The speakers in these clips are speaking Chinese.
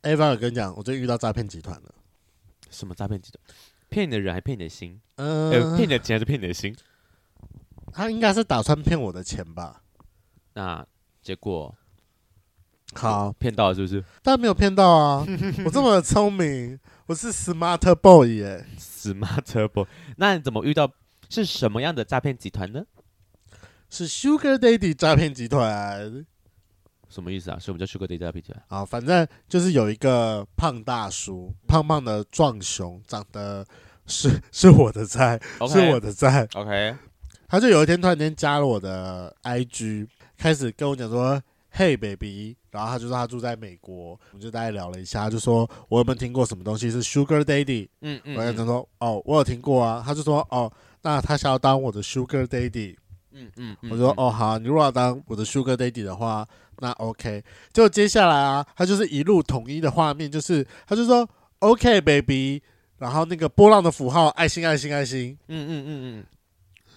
哎，不然我跟你讲，我最近遇到诈骗集团了。什么诈骗集团？骗你的人还骗你的心？嗯、呃，骗你的钱还是骗你的心？他应该是打算骗我的钱吧？那结果好，骗到了是不是但没有骗到 啊！我这么聪明，我是 smart boy 耶、 ？Smart Turbo，那你怎么遇到是什么样的诈骗集团呢？是 Sugar Daddy 诈骗集团什么意思啊？什么叫 Sugar Daddy 诈骗集团？啊，反正就是有一个胖大叔，胖胖的壮熊，长得是是我的菜 OK 是我的菜。 OK，他就有一天突然间加了我的 IG，开始跟我讲说：“Hey baby。”然后他就说他住在美国，我们就大概聊了一下，他就说我有没有听过什么东西是 Sugar Daddy？嗯嗯我跟他说：“哦，我有听过啊。”他就说：“哦，那他想要当我的 Sugar Daddy。” 嗯嗯嗯我就说哦好，你如果要当我的 Sugar Daddy 的话，那 OK。就接下来啊，他就是一路统一的画面，就是他就说 OK baby，然后那个波浪的符号，爱心爱心爱心，嗯嗯嗯嗯，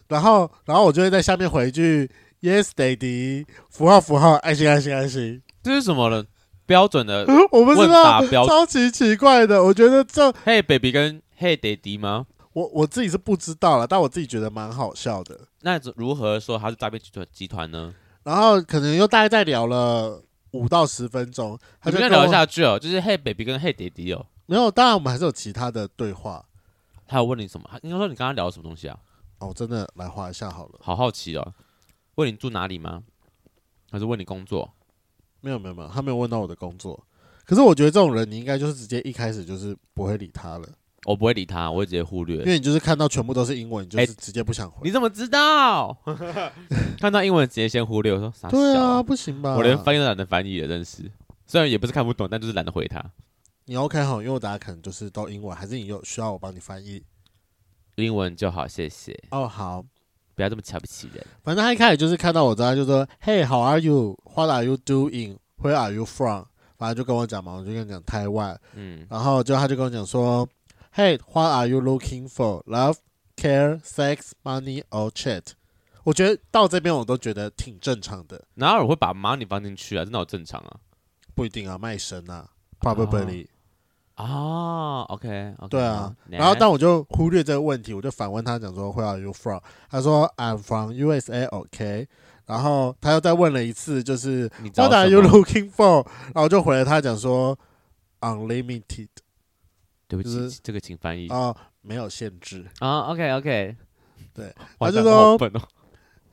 然后然后我就会在下面回一句 Yes daddy，符号符号，爱心爱心爱心。 这是什么了？标准的嗯，我不知问道答，标超级奇怪的，我觉得这 Hey baby 跟 Hey daddy 吗？我我自己是不知道了，但我自己觉得蛮好笑的。那怎如何说他是诈骗集团集团呢？然后可能又大概再聊了五到十分钟，他你就们要跟我聊下去哦，就是 Hey baby 跟 Hey daddy 哦。没有，当然我们还是有其他的对话。他有问你什么？他应该说你刚刚聊了什么东西啊？哦，我真的来画一下好了。好好奇哦。问你住哪里吗？还是问你工作？没有没有没有，他没有问到我的工作。可是我觉得这种人，你应该就是直接一开始就是不会理他了，我不会理他，我会直接忽因略。为你就是看到全部都是英文，你就是直接不想回。哎你怎么知道？ 看到英文直接先忽略，我说傻对小啊，不行吧？我连翻译都懒得翻译了，真是。虽然也不是看不懂，但就是懒得回他。你 OK 好，因为我大家可能就是都英文，还是你有需要我帮你翻译？英文就好，谢谢，哦，好，不要这么瞧不起人。反正他一开始就是看到我之后，他就说：“Hey，how are you？What are you doing？Where are you from？” 反正就跟我讲嘛，我就跟你讲台湾，嗯，然后就他就跟我讲说，Hey，what are you looking for? Love, care, sex, money or chat？我觉得到这边我都觉得挺正常的，哪有人会把 money 放进去啊？真的好正常啊。不一定啊，卖身啊，probably、啊，OK，, o k 对啊。然后但我就忽略这个问题，我就反问他讲说，Where are you from？他说，I'm from USA，OK、然后他又再问了一次，就是你知道 What are 什 you 么 looking for？然后我就回了他讲说，Unlimited 对不就起是，这个请翻译啊。啊、没有限制。 OK，OK，对，哇他就这样好说笨哦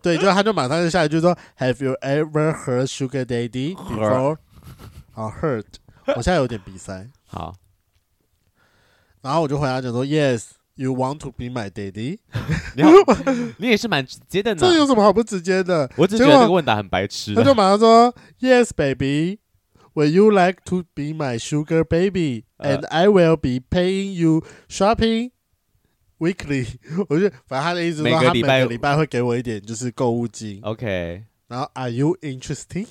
对，就他就马上就下一句说，Have you ever heard Sugar Daddy before？好，heard，我现在有点鼻塞。好，然后我就回答讲说，Yes，you want to be my daddy？你 好，你也是蛮直接的呢。啊这有什么好不直接的？我只是结觉得果这个问答很白痴啊他。就马上说，Yes，baby，would you like to be my sugar baby？And I will be paying you shopping weekly。我 就反正他的意思是每说，个他每礼拜个礼拜会给我一点就是购物金。 OK，然后，Are you interesting？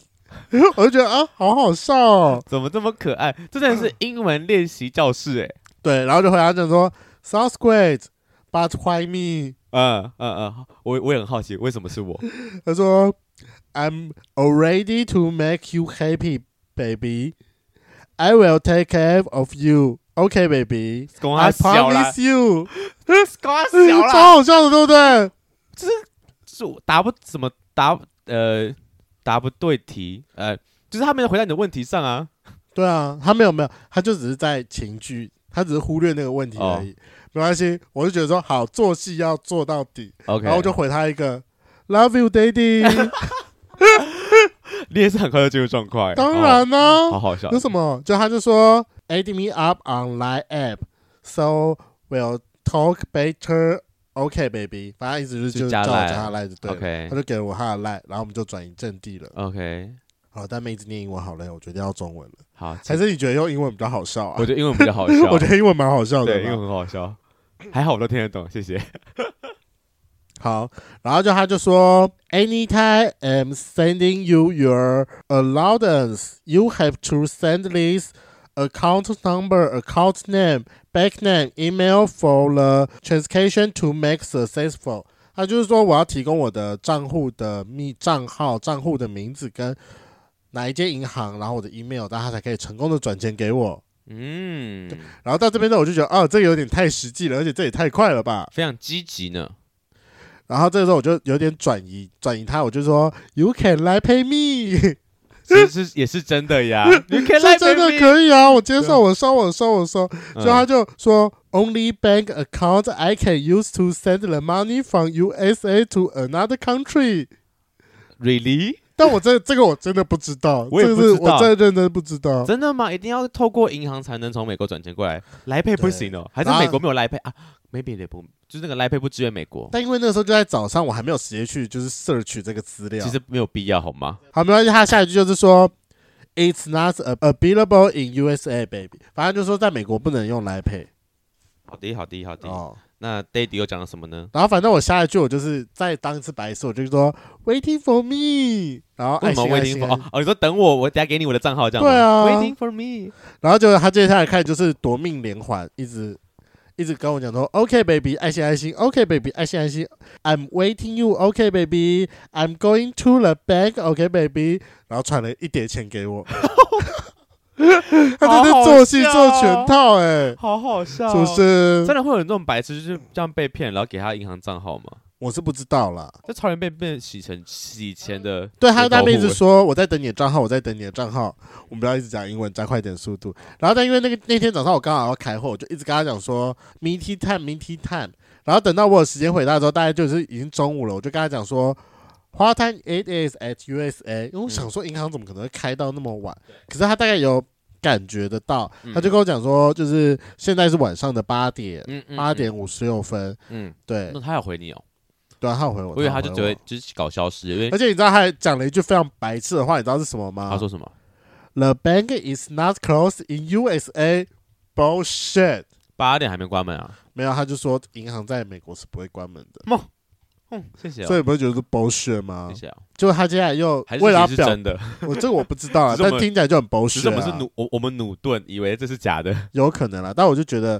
我 就觉得啊，好好笑哦。怎么这么可爱？这真的是英文练习教室哎。对，然后就回答讲说，Sounds great, but why me？嗯嗯嗯，我我也很好奇，为什么是我？他说，I'm already to make you happy, baby. I will take care of you. OK, baby. 公 I 他 小啦， promise you. 公他小 啦，超好笑的，对不对？就是我答不怎么答呃答不对题，呃，就是他没有回答你的问题上啊。对啊，他没有没有，他就只是在情绪，他只是忽略那个问题而哦已。没关系，我就觉得说好做戏要做到底， OK，然后我就回他一个 Love you, daddy。你也是很快就进入状况，哎当然啦、好好好好笑。那什么，就他就说 add me up on line app, so we'll talk better. OK, baby，反正意思就是就就加叫我 Line 加他 line 就对了 OK 他就给了我他的 line，然后我们就转移阵地了。 ？OK，好了，但妹子念英文好累，我决定要中文了。好，还是你觉得用英文比较好笑啊？我觉得英文比较好笑， 我觉得英文蛮好笑的吧。对，英文很好笑，还好我都听得懂，谢谢。好，然后就他就说，Anytime I'm sending you your allowance, you have to send this account number, account name, back name, email for the transaction to make successful。他就是说，我要提供我的账户的密账号、账户的名字跟哪一间银行，然后我的 email，那他才可以成功的转钱给我。嗯，然后到这边呢，我就觉得，哦，这个有点太实际了，而且这也太快了吧。非常积极 呢。然后这个时候我就有点转移转移他，我就说 You can 来 pay me， 其实是也是真的呀，You can 这 like 真的 baby 可以啊，我接对啊受，我收，我收，我收。嗯所以他就说 Only bank account I can use to send the money from USA to another country。 really 但我这这个我真的不知道，我也这不是知道我真的认真不知道。真的吗？一定要透过银行才能从美国转钱过来？来配不行哦，还是然后美国没有来配啊？Maybe 也不，就是那个来配不支援美国，但因为那个时候就在早上，我还没有时间去就是 search 这个资料。其实没有必要好吗？好，没关系。他下一句就是说，It's not available in USA, baby。反正就是说在美国不能用来 pay 好的，好的，好的。哦。那 Daddy 又讲了什么呢？然后反正我下一句我就是再当一次白痴，我就说 waiting for me，然后为爱什心么爱 waiting 心 for？爱哦心，哦，你说等我，我等下给你我的账号这样吗？对啊，waiting for me。然后就他接下来开始就是夺命连环，一直一直跟我讲说 OK baby 爱心爱心，OK baby 爱心爱心，I'm waiting you，OK baby，I'm going to the bank，OK baby，然后传了一叠钱给 我， 他真的做戏好做好笑全套哎、好好笑哦是不是真？的会有那种白痴，就是这样被骗，然后给他银行账号吗？我是不知道啦。这超人被被洗成洗钱的，对，他在那边一子直说我在等你的账号，我在等你的账号。我们不要一直讲英文，加快点速度。然后但因为那个那天早上我刚好要开会，我就一直跟他讲说 m e t time m e t time。然后等到我有时间回答的时候，大概就是已经中午了，我就跟他讲说。花 time it is at USA，因为我嗯想说银行怎么可能会开到那么晚？可是他大概有感觉得到，他就跟我讲说，就是现在是晚上的八点，嗯嗯八点，五十六分，嗯，嗯对那，他要回你哦，对啊，他有回我，我以为有他就回只会我，哎就是搞消失，因为而且你知道他还讲了一句非常白痴的话，你知道是什么吗？他说什么 The bank is not closed in USA. Bullshit. 八点还没关门啊，没有，他就说银行在美国是不会关门的，嗯，谢谢哦，所以你不会觉得是 bullshit 吗谢？谢哦，就他接下来又还是为了要其实是表真，的，我这个我不知道啊，只是我但们听起来就很只是 bullshit 我们是啊。努我我们努顿，以为这是假的，有可能啦，但我就觉得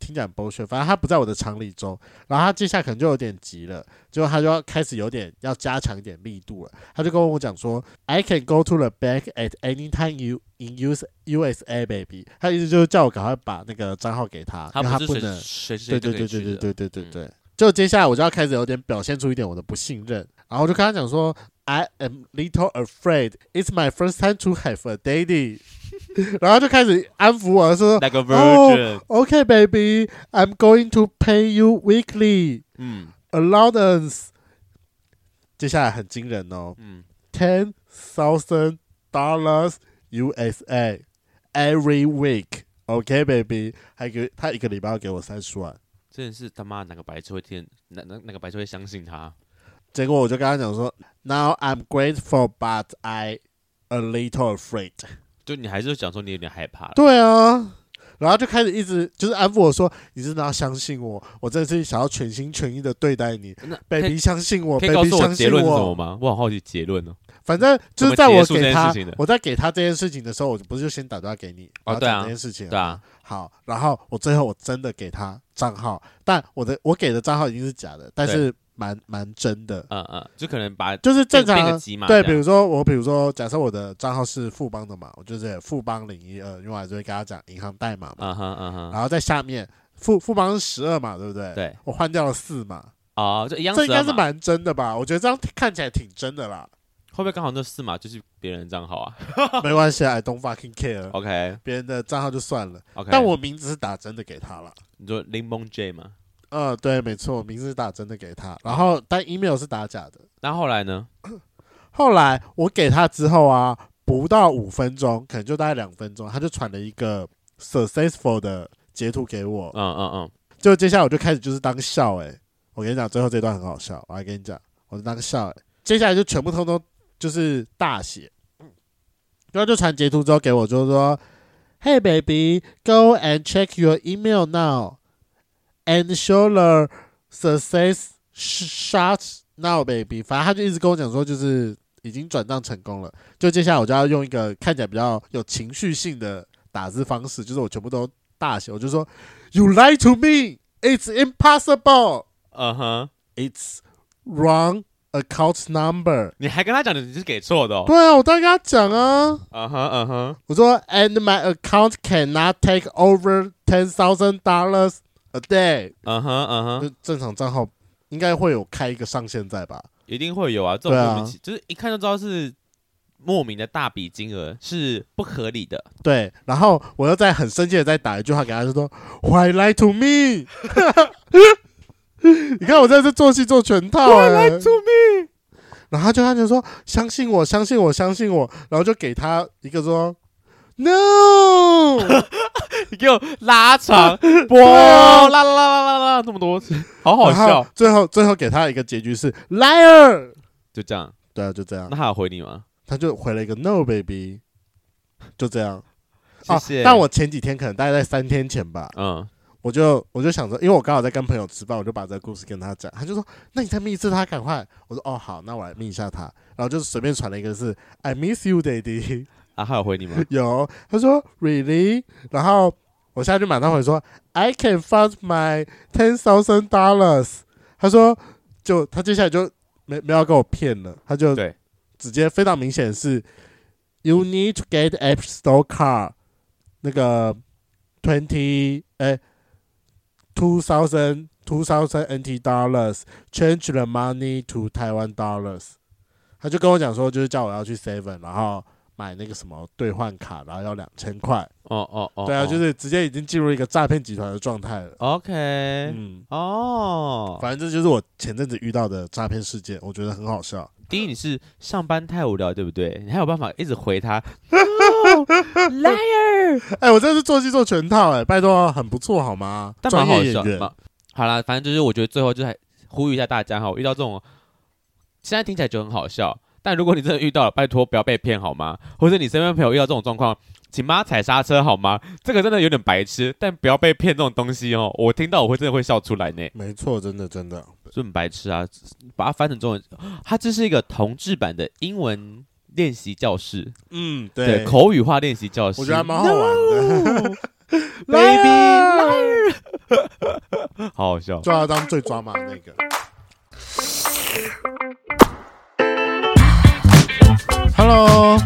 听起来很 bullshit。反正他不在我的常理中，然后他接下来可能就有点急了，结果他就要开始有点要加强一点力度了。他就跟我讲说：“I can go to the bank at any time you in US USA, baby。”他意思就是叫我赶快把那个账号给他，因为不他是不随能。随时对随对对地就可对对以去的，对对对对。就接下来我就要开始有点表现出一点我的不信任，然后我就跟他讲说，I am little afraid, it's my first time to have a daddy，然 后就开始安抚我说 like a virgin， ，OK baby, I'm going to pay you weekly 嗯 allowance。接下来很惊人哦嗯， ，ten thousand dollars USA every week。OK baby，还给他一个礼拜要给我三十万。真的是他妈哪个白痴会听，哪哪哪个白痴会相信他？结果我就跟他讲说，Now I'm grateful, but I a little afraid。就你还是讲说你有点害怕了，对啊，然后就开始一直就是安抚我说，你真的要相信我，我真的是想要全心全意的对待你那可，baby 以相信我可以告，baby 诉我相结信论是什么我。吗？我很好奇结论哦。反正就是在怎么我结束这给件他事情的，我在给他这件事情的时候，我不是就先打电话给你，然哦后对啊讲这件事情，对啊，好，然后我最后我真的给他账号，但我的我给的账号已经是假的，但对是蛮蛮真的，嗯嗯，就可能把就是正变变常啊个级嘛，对，这比样如说我，比如说假设我的账号是富邦的嘛，我就是呃富邦零一二，因为我还是会跟他讲银行代码嘛，嗯哼嗯哼，然后在下面富富邦十二嘛，对不对？，对，我换掉了四嘛，哦，就一样这应该12是嘛蛮真的吧？我觉得这样看起来挺真的 啦，会不会刚好那四码就是别人的账 号啊没关系啊，I don't fucking care， ？OK 别人的账号就算了， OK，但我名字是打真的给他了。你说 Lemon J 嘛，嗯，对，没错，我名字是打真的给他，然后但 email 是打假的。那后来呢？后来我给他之后啊，不到五分钟，可能就大概两分钟，他就传了一个 successful 的截图给我。嗯嗯嗯，就接下来我就开始就是当笑哎、我跟你讲，最后这欸段很好笑，我来跟你讲，我当笑哎、接下来就全部通通就是大写，然后就传截图之后给我，就是说，Hey baby, go and check your email now, and show the success shot now, baby。反正他就一直跟我讲说，就是已经转账成功了。就接下来我就要用一个看起来比较有情绪性的打字方式，就是我全部都大写，我就说，You lie to me, it's impossible, 嗯哼， it's wrong account number。你还跟他讲你是给错的哦，对啊，我当然跟他讲啊。嗯哼嗯哼，我说，and my account cannot take over ten thousand dollars a day。嗯哼嗯哼，就正常账号应该会有开一个上限在吧？一定会有啊，这种对啊莫名其就是一看就知道是莫名的大笔金额是不合 理的，对，然后我又在很生气的再打一句话给他，就说 Why lie to me？你看我在这做戏做全套、欸、，Why lie to me？然后他就他就说相信我，相信我，相信我，然后就给他一个说 No，你给我 拉长播啊 Uh-huh 啦啦啦啦啦啦，这么多次， 好好然后笑，最后最后给他一个结局是 Liar。就这样。对啊，就这样那，他有回你吗？他就回了一个 No baby，就这样。谢谢。啊。但我前几天可能大概在三天前吧，嗯，我就我就想说，因为我刚好在跟朋友吃饭，我就把这个故事跟他讲，他就说：“那你再密一次他，赶快。”我说：“哦，好，那我来密一下他。”然后就是随便传了一个是 “I miss you, daddy”， 啊，他有回你吗？有，他说 “Really”，然后我现在就马上回说：“I can fund my ten thousand dollars。”他说：“就他接下来就没没有要跟我骗了，他就对直接非常明显是 “You need to get App Store car” 那个 twenty 哎 two thousand two thousand NT dollars change the money to Taiwan dollars。他就跟我讲说，就是叫我要去 Seven，然后买那个什么兑换卡，然后要两千块。哦哦哦，对啊，哦就是直接已经进入一个诈骗集团的状态了。 OK，嗯，哦，反正这就是我前阵子遇到的诈骗事件，我觉得很好笑。第一，你是上班太无聊，对不对？你还有办法一直回他？No, liar，哎、我这次做戏做全套、哎，拜托，很不错好吗？但专蛮好业演笑。员，蛮好啦，反正就是我觉得最后就是还呼吁一下大家哈，遇到这种现在听起来就很好笑，但如果你真的遇到了，拜托不要被骗好吗？或者你身边朋友遇到这种状况，请帮他踩刹车好吗？这个真的有点白痴，但不要被骗这种东西哦。我听到我会真的会笑出来呢，没错，真的真的。就很白痴啊！把它翻成中文，它这是一个同志版的英文练习教室。嗯，对，口语化练习教室，我觉得还蛮好玩的， Baby liar，好好笑。就要当最 抓马的那个。Hello，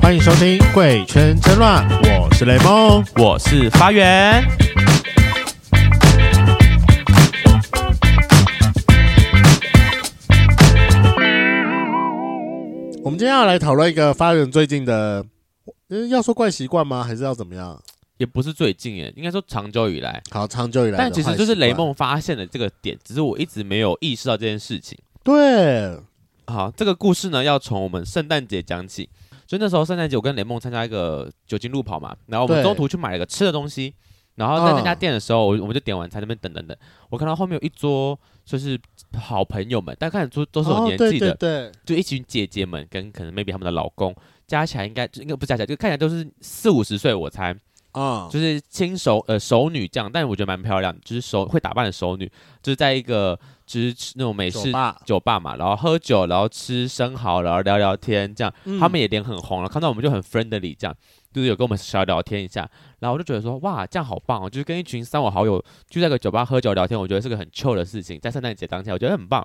欢迎收听《贵圈争乱》，我是雷梦。我是发源，我们今天要来讨论一个发源最近的，呃要说怪习惯吗？还是要怎么样？也不是最近耶，应该说长久以来。好，长久以来的坏但习惯，其实就是雷梦发现了这个点，只是我一直没有意识到这件事情。对，好，这个故事呢，要从我们圣诞节讲起。就那时候圣诞节，我跟雷梦参加一个酒精路跑嘛，然后我们对中途去买了个吃的东西，然后在那家嗯店的时候，我我们就点完菜那边等等等，我看到后面有一桌就是好朋友们，但看得出都都是有年纪的，哦对对就一群姐姐们跟可能 maybe 他们的老公加起来应该就应该不是加起来，就看起来都是四五十岁，我猜对啊，就是轻熟呃熟女这样，但我觉得蛮漂亮的，就是熟会打扮的熟女，就是在一个就是吃那种美式酒吧酒吧嘛，然后喝酒，然后吃生蚝，然后聊聊天这样，嗯他们也脸很红了，看到我们就很 friendly 这样，就是有跟我们小聊天一下，然后我就觉得说哇这样好棒哦，就是跟一群三五好友聚在一个酒吧喝酒聊天，我觉得是个很 chill 的事情，在圣诞节当下我觉得很棒，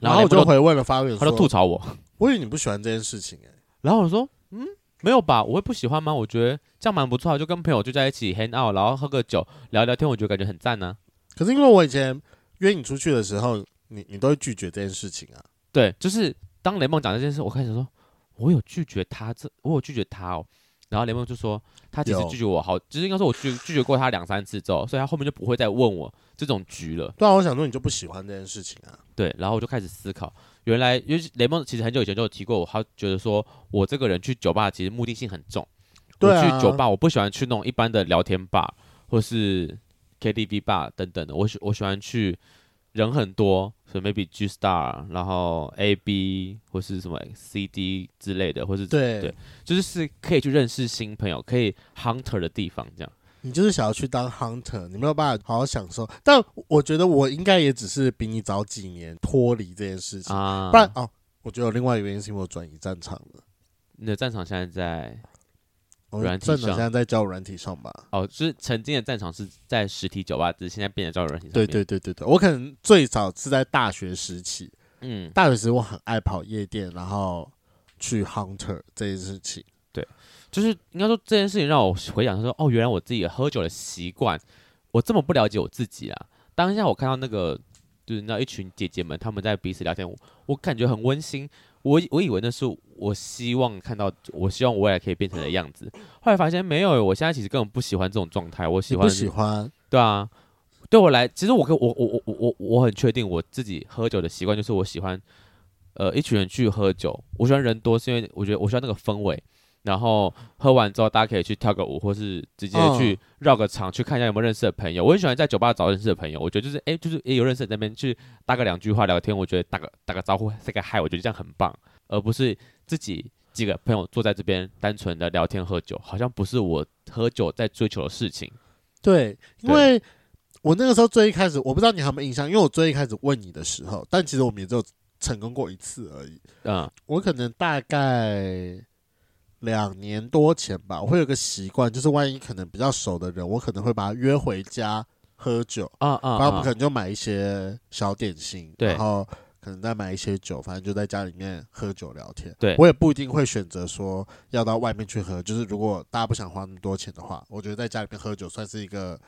然后我他就回问了发源他就说吐槽我。我以为你不喜欢这件事情、欸，然后我说，嗯，没有吧？我会不喜欢吗？我觉得这样蛮不错啊的，就跟朋友就在一起 hang out，然后喝个酒聊聊天，我觉得感觉很赞啊呢、可是因为我以前约你出去的时候，你你都会拒绝这件事情啊。对，就是当雷梦讲这件事，我开始说，我有拒绝他这，我有拒绝他哦。然后雷梦就说，他其实有拒绝我好，就是应该说我拒拒绝过他两三次之后，所以他后面就不会再问我这种局了。对啊，我想说你就不喜欢这件事情啊。对，然后我就开始思考，原来因为雷梦其实很久以前就有提过我，他觉得说我这个人去酒吧其实目的性很重。对啊，我去酒吧，我不喜欢去那种一般的聊天吧，或是 KTV 吧等等的，我喜我喜欢去人很多，所以 maybe G Star，然后 A B 或是什么 C D 之类的，或是对，对就是是可以去认识新朋友，可以 hunter 的地方，这样。你就是想要去当 hunter，你没有办法好好享受。但我觉得我应该也只是比你早几年脱离这件事情，啊，不然哦，我觉得有另外一个原因是因为我转移战场了。你的战场现在在我软体站长上现在在教软体上吧？哦，就是曾经的战场是在实体酒吧，只是现在变成交友软体上对面。对对对对，我可能最早是在大学时期，嗯，大学时我很爱跑夜店，然后去 hunter 这件事情。就是应该说这件事情让我回想说，哦，原来我自己喝酒的习惯，我这么不了解我自己啊。当下我看到那个，就是那一群姐姐们，她们在彼此聊天，我我感觉很温馨。我我以为那是我希望看到，我希望我未来可以变成的样子。后来发现没有，我现在其实根本不喜欢这种状态，我喜你欢不喜欢？对啊，对我来，其实我跟我我我我我我很确定我自己喝酒的习惯，就是我喜欢呃一群人去喝酒，我喜欢人多，是因为我觉得我喜欢那个氛围。然后喝完之后，大家可以去跳个舞，或是直接去绕个场，去看一下有没有认识的朋友。我很喜欢在酒吧找认识的朋友，我觉得就是哎，就是也有认识的那边去搭个两句话聊天，我觉得打个打个招呼，say 个嗨，我觉得这样很棒，而不是自己几个朋友坐在这边单纯的聊天喝酒，好像不是我喝酒在追求的事情。对，因对为我那个时候最一开始，我不知道你还有没有印象，因为我最一开始问你的时候，但其实我们也只有成功过一次而已。嗯，我可能大概两年多前吧，我会有个习惯，就是万一可能比较熟的人，我可能会把他约回家喝酒，啊然啊，后我们啊可能就买一些小点心，对然后可能再买一些酒，反正就在家里面喝酒聊天。对我也不一定会选择说要到外面去喝，就是如果大家不想花那么多钱的话，我觉得在家里面喝酒算是一个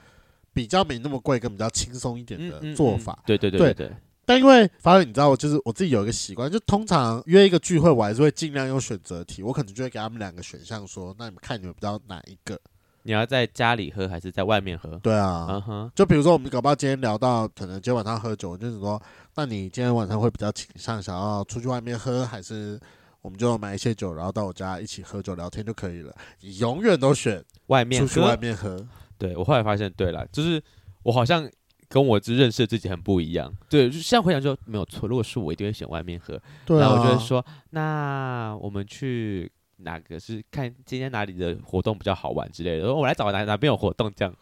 比较没那么贵跟比较轻松一点嗯的嗯做嗯法。对对对对对，但因为发现你知道，就是我自己有一个习惯，就通常约一个聚会，我还是会尽量用选择题，我可能就会给他们两个选项说，那你们看你们比较哪一个？你要在家里喝还是在外面喝？对啊，嗯哼，就比如说我们搞不好今天聊到可能今天晚上喝酒，我就是说，那你今天晚上会比较倾向想要出去外面喝，还是我们就买一些酒，然后到我家一起喝酒聊天就可以了？你永远都选外出面去外喝。面喝，对我后来发现，对了，就是我好像跟我只认识的自己很不一样。对，就现在回想说没有错，如果是我一定会选外面喝。对然啊，后我就会说，那我们去哪个是看今天哪里的活动比较好玩之类的，然后我来找哪哪边有活动这样。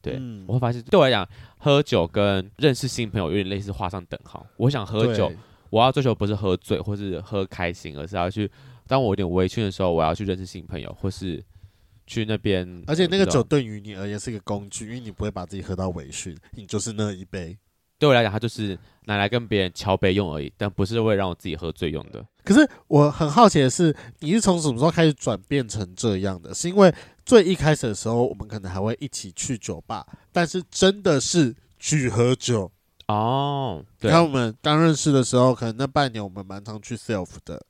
对，嗯我会发现对我来讲，喝酒跟认识新朋友有点类似画上等号。我想喝酒，对我要追求不是喝醉或是喝开心，而是要去当我有点微醺的时候，我要去认识新朋友，或是去那边。而且那个不知酒道对于你而言是一个工具，因为你不会把自己喝到微醺，你就是那一杯。对我来讲，它就是拿来跟别人敲杯用而已，但不是为了让我自己喝醉用的。可是我很好奇的是，你是从什么时候开始转变成这样的？是因为最一开始的时候，我们可能还会一起去酒吧，但是真的是去喝酒。哦，你对，看我们刚认识的时候，可能那半年我们蛮常去 self 的。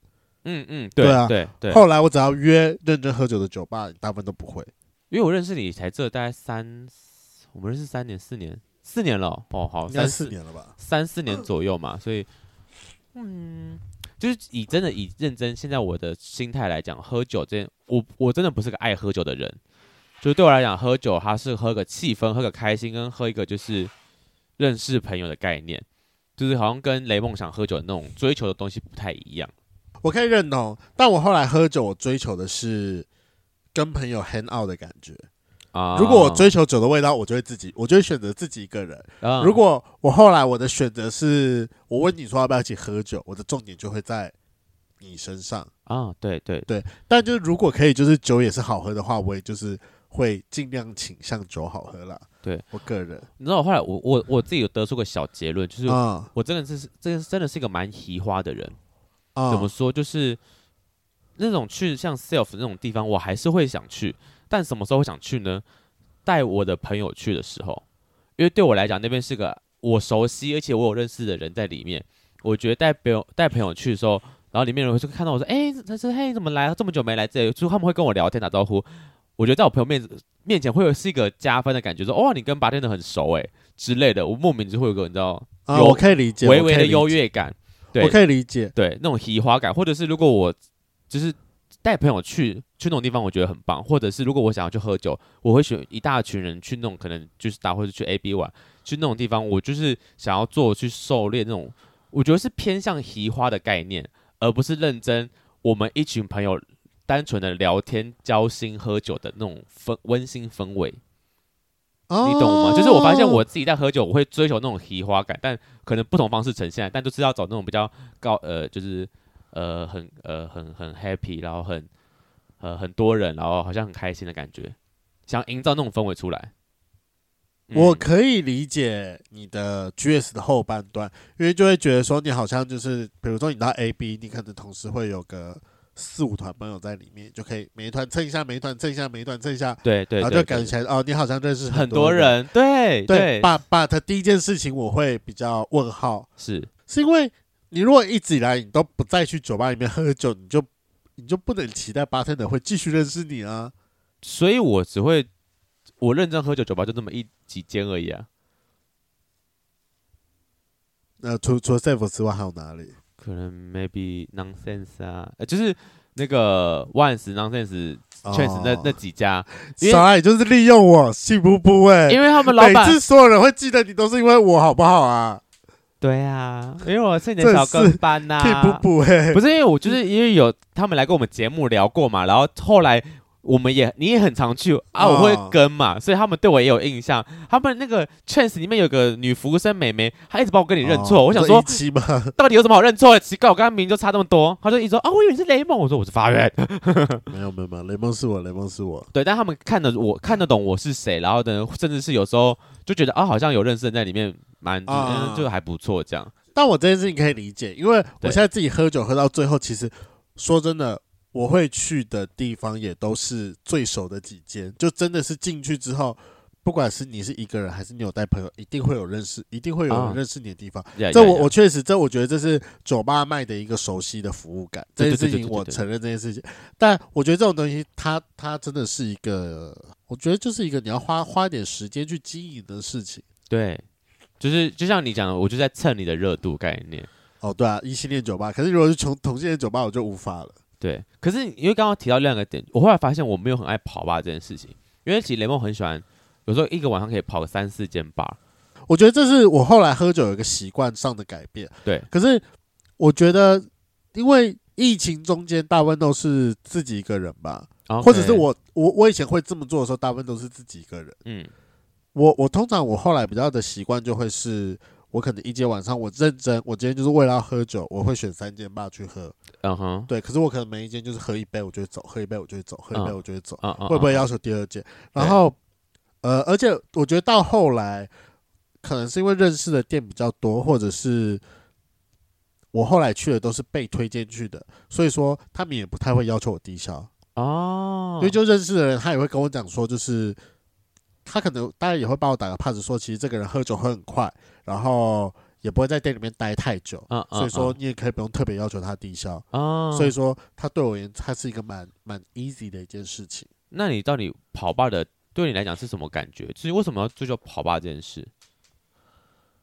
嗯嗯，对啊对对，后来我只要约认真喝酒的酒吧，大部分都不会。因为我认识你才这大概三，我们认识三年四年四年了哦哦，好，应该三四年了吧？三四年左右嘛，所以，嗯，就是以真的以认真现在我的心态来讲，喝酒这件，我我真的不是个爱喝酒的人，就是对我来讲，喝酒它是喝个气氛，喝个开心，跟喝一个就是认识朋友的概念，就是好像跟雷梦想喝酒的那种追求的东西不太一样。我可以认同，但我后来喝酒，我追求的是跟朋友 hang out 的感觉。啊，如果我追求酒的味道，我就会自己，我就会选择自己一个人。嗯，如果我后来我的选择是，我问你说要不要一起喝酒，我的重点就会在你身上。啊，对对但就是如果可以，就是酒也是好喝的话，我也就是会尽量倾向酒好喝啦。对我个人你知道我后来我我我自己有得出个小结论，就是啊我真的是这个真的是一个蛮奇花的人。啊，怎么说，就是那种去像 self 那种地方，我还是会想去，但什么时候会想去呢？带我的朋友去的时候，因为对我来讲，那边是个我熟悉，而且我有认识的人在里面。我觉得带朋友带朋友去的时候，然后里面人会就看到我说：“哎、他说嘿，你怎么来？这么久没来这里？”就是他们会跟我聊天打招呼。我觉得在我朋友面面前会有是一个加分的感觉，说：“哦，你跟白天的很熟哎、之类的。”我莫名就会有个你知道啊？有我可以理解，微我微可以的理优解，越感。对我可以理解。对，那种提花感，或者是如果我就是带朋友去去那种地方，我觉得很棒。或者是如果我想要去喝酒，我会选一大群人去那种可能就是打或者去 A B 玩，去那种地方，我就是想要做去狩猎那种，我觉得是偏向移花的概念，而不是认真我们一群朋友单纯的聊天、交心、喝酒的那种氛温馨氛围。哦你懂吗？就是我发现我自己在喝酒，我会追求那种提花感，但可能不同方式呈现，啊但就是要找那种比较高呃，就是呃很呃很很 happy，然后很呃很多人，然后好像很开心的感觉，想营造那种氛围出来。嗯我可以理解你的 GS 的后半段，因为就会觉得说你好像就是，比如说你到 AB，你可能同时会有个四五团朋友在里面，就可以每一团蹭一下，每一团蹭一下，每一团蹭一下，对对然后对，就感觉起来哦，你好像认识对很多多。人，对对，but but 第一件事情我会比较问号，是是因为你如果一直以来你都不再去酒吧里面喝酒，你就你就不能期待 bartender 会继续认识你啊。所以我只会我认真喝酒，酒吧就这么一几间而已啊。那、呃除除了 safe 之外还有哪里？可能 maybe nonsense 啊，呃就是那个万斯 nonsense 确实那、哦那几 家，因为少来，就是利用我，气不不哎、因为他们老每板次所有人会记得你，都是因为我好不好啊？对啊，因为我是你这的小跟是班呐、气不不哎，啊不是因为我就是因为有他们来跟我们节目聊过嘛，然后后来我们也你也很常去啊，哦我会跟嘛，所以他们对我也有印象。他们那个 Chance 里面有个女服务生美眉，她一直把我跟你认错，哦我想这说一期嘛，到底有什么好认错的？奇怪，我跟他明明就差那么多，她就一直说啊，我以为你是雷蒙，我说我是发源。没有没有没有，雷蒙是我，雷蒙是我。 对，但他们看得我看得懂我是谁，然后呢，甚至是有时候就觉得啊，好像有认识的人在里面，蛮就、啊嗯、就还不错这样。但我这件事情可以理解，因为我对现在自己喝酒喝到最后，其实说真的，我会去的地方也都是最熟的几间，就真的是进去之后，不管是你是一个人还是你有带朋友，一定会有认识，一定会有啊人认识你的地方。呀这哎呀我呀我确实，这我觉得这是酒吧卖的一个熟悉的服务感，这对件对事对对情对我对承认这件事情。但我觉得这种东西，它它真的是一个，我觉得就是一个你要花花一点时间去经营的事情。对，就是就像你讲的，我就在蹭你的热度概念。哦，对啊，异性恋酒吧，可是如果是从同性恋酒吧，我就无法了。对，可是因为刚刚提到另外一个点，我后来发现我没有很爱跑吧这件事情，因为其实雷梦很喜欢，有时候一个晚上可以跑个三四间吧。我觉得这是我后来喝酒有一个习惯上的改变。对，可是我觉得，因为疫情中间大部分都是自己一个人吧或者是，我我我以前会这么做的时候，大部分都是自己一个人。嗯，我我通常我后来比较的习惯就会是，我可能一天晚上我认真，我今天就是为了要喝酒，我会选三间吧去喝。嗯哼，对，可是我可能每一间就是喝一杯我就会走，喝一杯我就会走，喝一杯嗯我就会走。嗯嗯，会不会嗯要求第二届？然后，呃，而且我觉得到后来，可能是因为认识的店比较多，或者是我后来去的都是被推荐去的，所以说他们也不太会要求我低消，哦？因为就认识的人，他也会跟我讲说，就是他可能大家也会帮我打个 pass，说其实这个人喝酒喝很快，然后也不会在店里面待太久，嗯嗯，所以说你也可以不用特别要求他低消。啊，所以说，他对我而言，他是一个蛮蛮 easy 的一件事情。那你到底跑吧的对你来讲是什么感觉？就是为什么要追求跑吧这件事？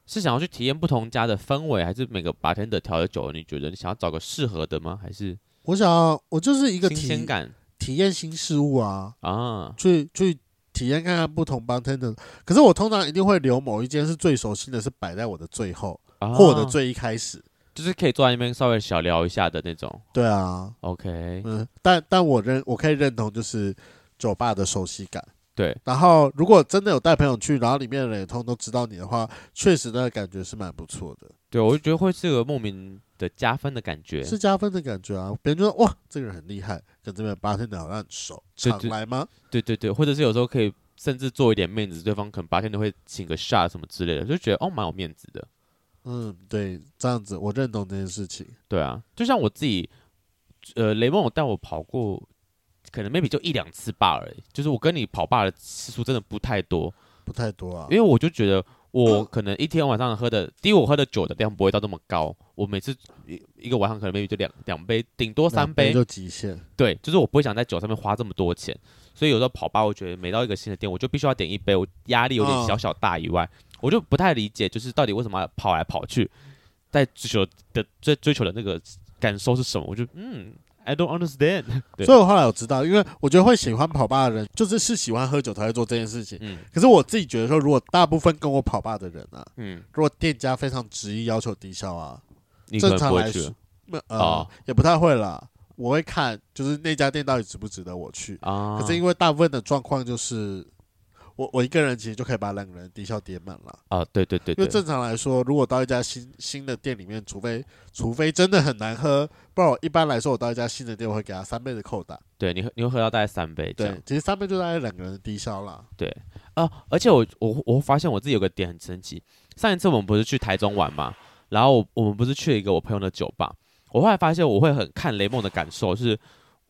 是想要去体验不同家的氛围，还是每个 bartender 调的酒，你觉得你想要找个适合的吗？还是我想要，我就是一一个新体鲜感体验新事物啊，啊？去去体验看看不同 bartender。可是我通常一定会留某一间是最熟悉的，是摆在我的最后、啊或我的最一开始。就是可以坐在那边稍微小聊一下的那种。对啊， OK，嗯，但但我认我可以认同就是酒吧的熟悉感。对，然后如果真的有带朋友去，然后里面的人也通通都知道你的话，确实那个感觉是蛮不错的，对我就觉得会是个莫名的加分的感觉。是加分的感觉啊。别人就说哇，这个人很厉害，跟这边的 bartender 好像很熟，对常对来吗？对对对，或者是有时候可以甚至做一点面子，对方可能白天都会请个 shot 什么之类的，就觉得哦蛮有面子的。嗯，对，这样子我认同这件事情。对啊，就像我自己，呃，雷梦有带我跑过，可能 maybe 就一两次吧而已。就是我跟你跑吧的次数真的不太多，不太多啊因，为我就觉得我嗯可能一天晚上喝的，第一我喝的酒的量不会到这么高，我每次一一个晚上可能 maybe 就两两杯，顶多三两杯杯。就极限。对，就是我不会想在酒上面花这么多钱，所以有时候跑吧，我觉得每到一个新的店，我就必须要点一杯，我压力有点嗯小小大以外，我就不太理解，就是到底为什么要跑来跑去，在追求的追追求的那个感受是什么？我就嗯 I don't understand 对。所以我后来有知道，因为我觉得会喜欢跑吧的人，就是是喜欢喝酒才会做这件事情。嗯可是我自己觉得说，如果大部分跟我跑吧的人啊，嗯，如果店家非常执意要求低消啊，你可正能常不会来去说了，那呃、哦也不太会啦。我会看，就是那家店到底值不值得我去。啊。可是因为大部分的状况就是，我我一个人其实就可以把两个人低消点满了。啊，对对对因为对，正常来说，如果到一家新新的店里面，除非除非真的很难喝，不然我一般来说，我到一家新的店，我会给他三倍的扣打。对你喝你会喝到大概三杯这样对，。其实三倍就大概两个人的低消啦。啊，而且我我我发现我自己有个点很神奇。上一次我们不是去台中玩嘛，然后我我们不是去了一个我朋友的酒吧，我后来发现我会很看雷梦的感受，就是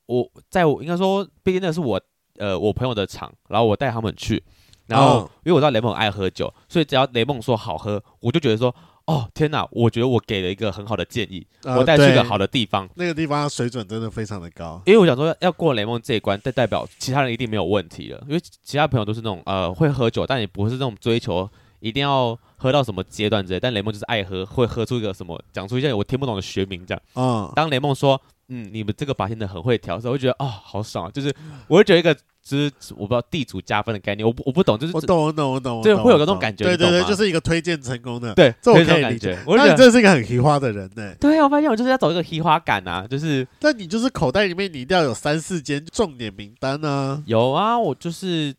我在我应该说，毕竟那是我呃我朋友的场，然后我带他们去，然后、嗯因为我知道雷梦很爱喝酒，所以只要雷梦说好喝，我就觉得说。哦天哪！我觉得我给了一个很好的建议，呃我带去一个好对的地方，那个地方水准真的非常的高。因为我想说要过雷梦这一关，但代表其他人一定没有问题了，因为其他朋友都是那种呃会喝酒，但也不是那种追求一定要喝到什么阶段之类，但雷梦就是爱喝，会喝出一个什么讲出一些我听不懂的学名这样。嗯，当雷梦说嗯你们这个把天的很会调的时候，我就觉得哦好爽啊，就是我会觉得一个就是我不知道地主加分的概念，我不我不懂，就是我懂，我懂，我懂，我对懂会有我那种懂感觉对你对懂对，吗就是一个推荐成功的。对，这我就是可以种理感觉。我就那觉你得真的是一个很奇花的人呢、对，我发现我就是要走一个嘻哈感啊，就是但你就是口袋里面你一定要有三四间重点名单啊。有啊，我就是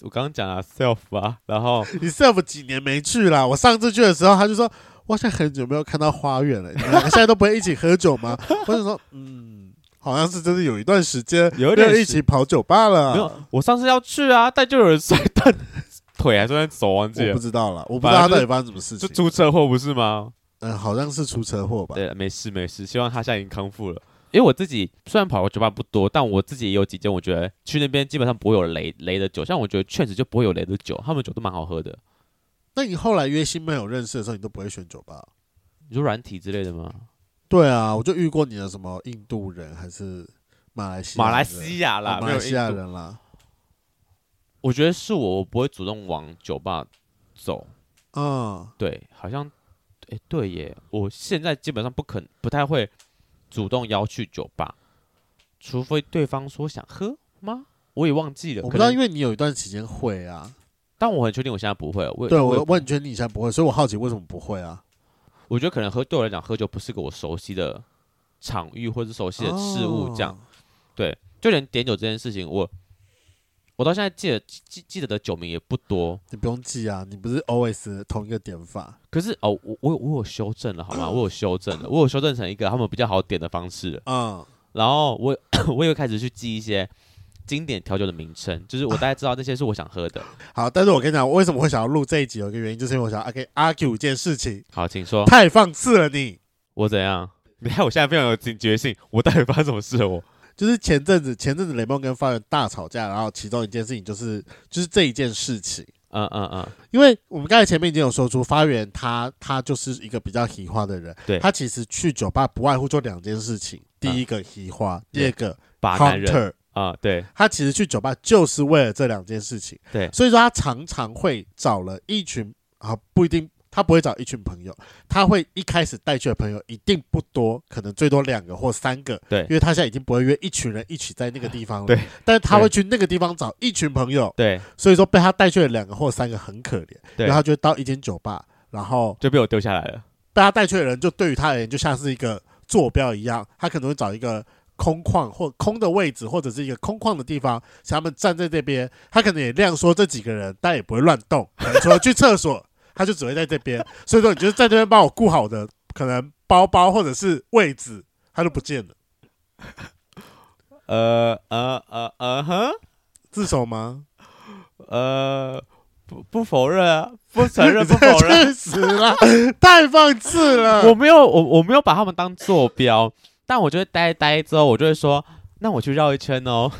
我刚刚讲了 self 啊，然后。你 self 几年没去啦？我上次去的时候，他就说，我现在很久没有看到花园了，你们两个现在都不会一起喝酒吗？我想说，嗯，好像是真的有一段时间有一没点有一时起跑酒吧了。没有，我上次要去啊，但就有人摔断腿，还摔断手，忘记我不了，知道了，我不知道他到底发生什么事就情。出车祸不是吗？嗯、好像是出车祸吧。对，没事没事，希望他现在已经康复了。因为我自己虽然跑过酒吧不多，但我自己也有几间，我觉得去那边基本上不会有雷雷的酒，像我觉得确实就不会有雷的酒，他们酒都蛮好喝的。那你后来约新朋友认识的时候，你都不会选酒吧？你说软体之类的吗？对啊，我就遇过你的什么印度人还是马来西亚马人来西亚啦，哦马没有来西亚印度。人啦。我觉得是我，我不会主动往酒吧走。嗯，对，好像，哎、对耶，我现在基本上不肯，不太会主动邀去酒吧，除非对方说想喝吗？我也忘记了，我可不知道，能因为你有一段时间会啊。但我很确定我现在不会了。我也对，我也我我很觉得你以前不会，所以我好奇为什么不会啊？我觉得可能喝对我来讲，喝酒不是个我熟悉的场域或者熟悉的事物，这样、哦对，就连点酒这件事情，我我到现在记得记记得的酒名也不多。你不用记啊，你不是 always 同一个点法。可是哦，我我有我有修正了，好 吗？我有修正了，我有修正成一个他们比较好点的方式了。嗯，然后我 我也会开始去记一些经典调酒的名称，就是我大概知道那些是我想喝 的。好，但是我跟你讲，我为什么会想要录这一集，有一个原因，就是因为我想要跟 argue 一件事情，好，请说，太放肆了你。我怎样？你看我现在非常有警觉性，我到底发生什么事了？我就是前阵子，前阵子雷梦跟发源大吵架，然后其中一件事情就是就是这一件事情。嗯嗯嗯，因为我们刚才前面已经有说出，发源他他就是一个比较喜花的人，对他其实去酒吧不外乎就两件事情，第一啊个喜花，第二个把男人 hunter。啊、对他其实去酒吧就是为了这两件事情，对所以说他常常会找了一群啊，不一定他不会找一群朋友，他会一开始带去的朋友一定不多，可能最多两个或三个，对因为他现在已经不会约一群人一起在那个地方了，对，但是他会去那个地方找一群朋友，对所以说被他带去的两个或三个很可怜，对然后他就到一间酒吧，然后就被我丢下来了。被他带去的人就对于他而言就像是一个坐标一样，他可能会找一个空旷或空的位置，或者是一个空旷的地方，想他们站在这边，他可能也亮说这几个人，但也不会乱动，可能除了去厕所，他就只会在这边。所以说，你就是在这边帮我顾好我的可能包包或者是位置，他就不见了，呃呃呃呃哼，自首吗？呃不不否认啊，不承认不否 认，确实啦，太放肆了。我没有我我没有把他们当坐标，但我就会待待之后，我就会说，那我去绕一圈哦，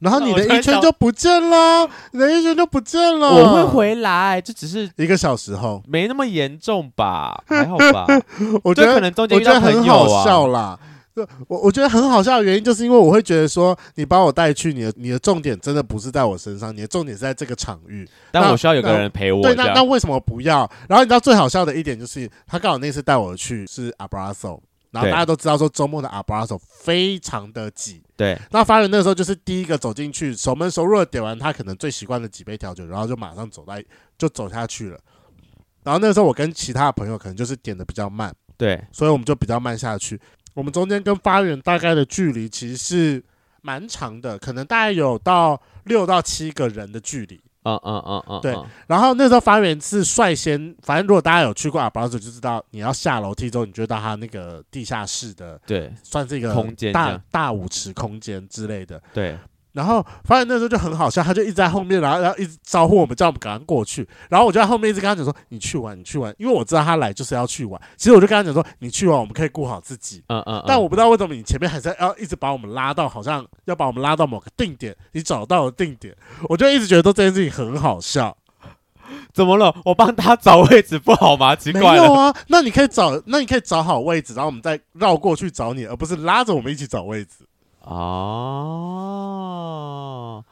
然后你的那我突然一圈想就不见了，你的一圈就不见了。我会回来，这只是一个小时 后，没那么严重 吧，还好吧。我觉就得可能中间我遇觉到得很朋友好笑啊，啦。就我我觉得很好笑的原因，就是因为我会觉得说，你把我带去，你的你的重点真的不是在我身上，你的重点是在这个场域。但那我需要有个人陪我对，这那那样。为什么不要？然后你知道最好笑的一点就是，他刚好那次带我去是 Abrazo，然后对大家都知道说周末的阿布拉手非常的挤，对那发源那时候就是第一个走进去，熟门熟路的点完他可能最习惯的几杯调酒，然后就马上走在就走下去了。然后那时候我跟其他的朋友可能就是点的比较慢，对，所以我们就比较慢下去。我们中间跟发源大概的距离其实是蛮长的，可能大概有到六到七个人的距离。嗯嗯嗯嗯，对嗯然后那时候发源是率先，反正如果大家有去过阿巴拉就知道，你要下楼梯之后，你就会到他那个地下室的，对算是一个空间这大样大舞池空间之类的。对然后发现那时候就很好笑，他就一直在后面，然后然后一直招呼我们，叫我们赶快过去。然后我就在后面一直跟他讲说：“你去玩，你去玩。”因为我知道他来就是要去玩。其实我就跟他讲说：“你去玩，我们可以顾好自己。”嗯嗯，嗯但我不知道为什么你前面还是要一直把我们拉到，好像要把我们拉到某个定点，你找到了定点，我就一直觉得这件事情很好笑。怎么了？我帮他找位置不好吗？奇 没怪有了，啊，那你可以找，那你可以找好位置，然后我们再绕过去找你，而不是拉着我们一起找位置。哦，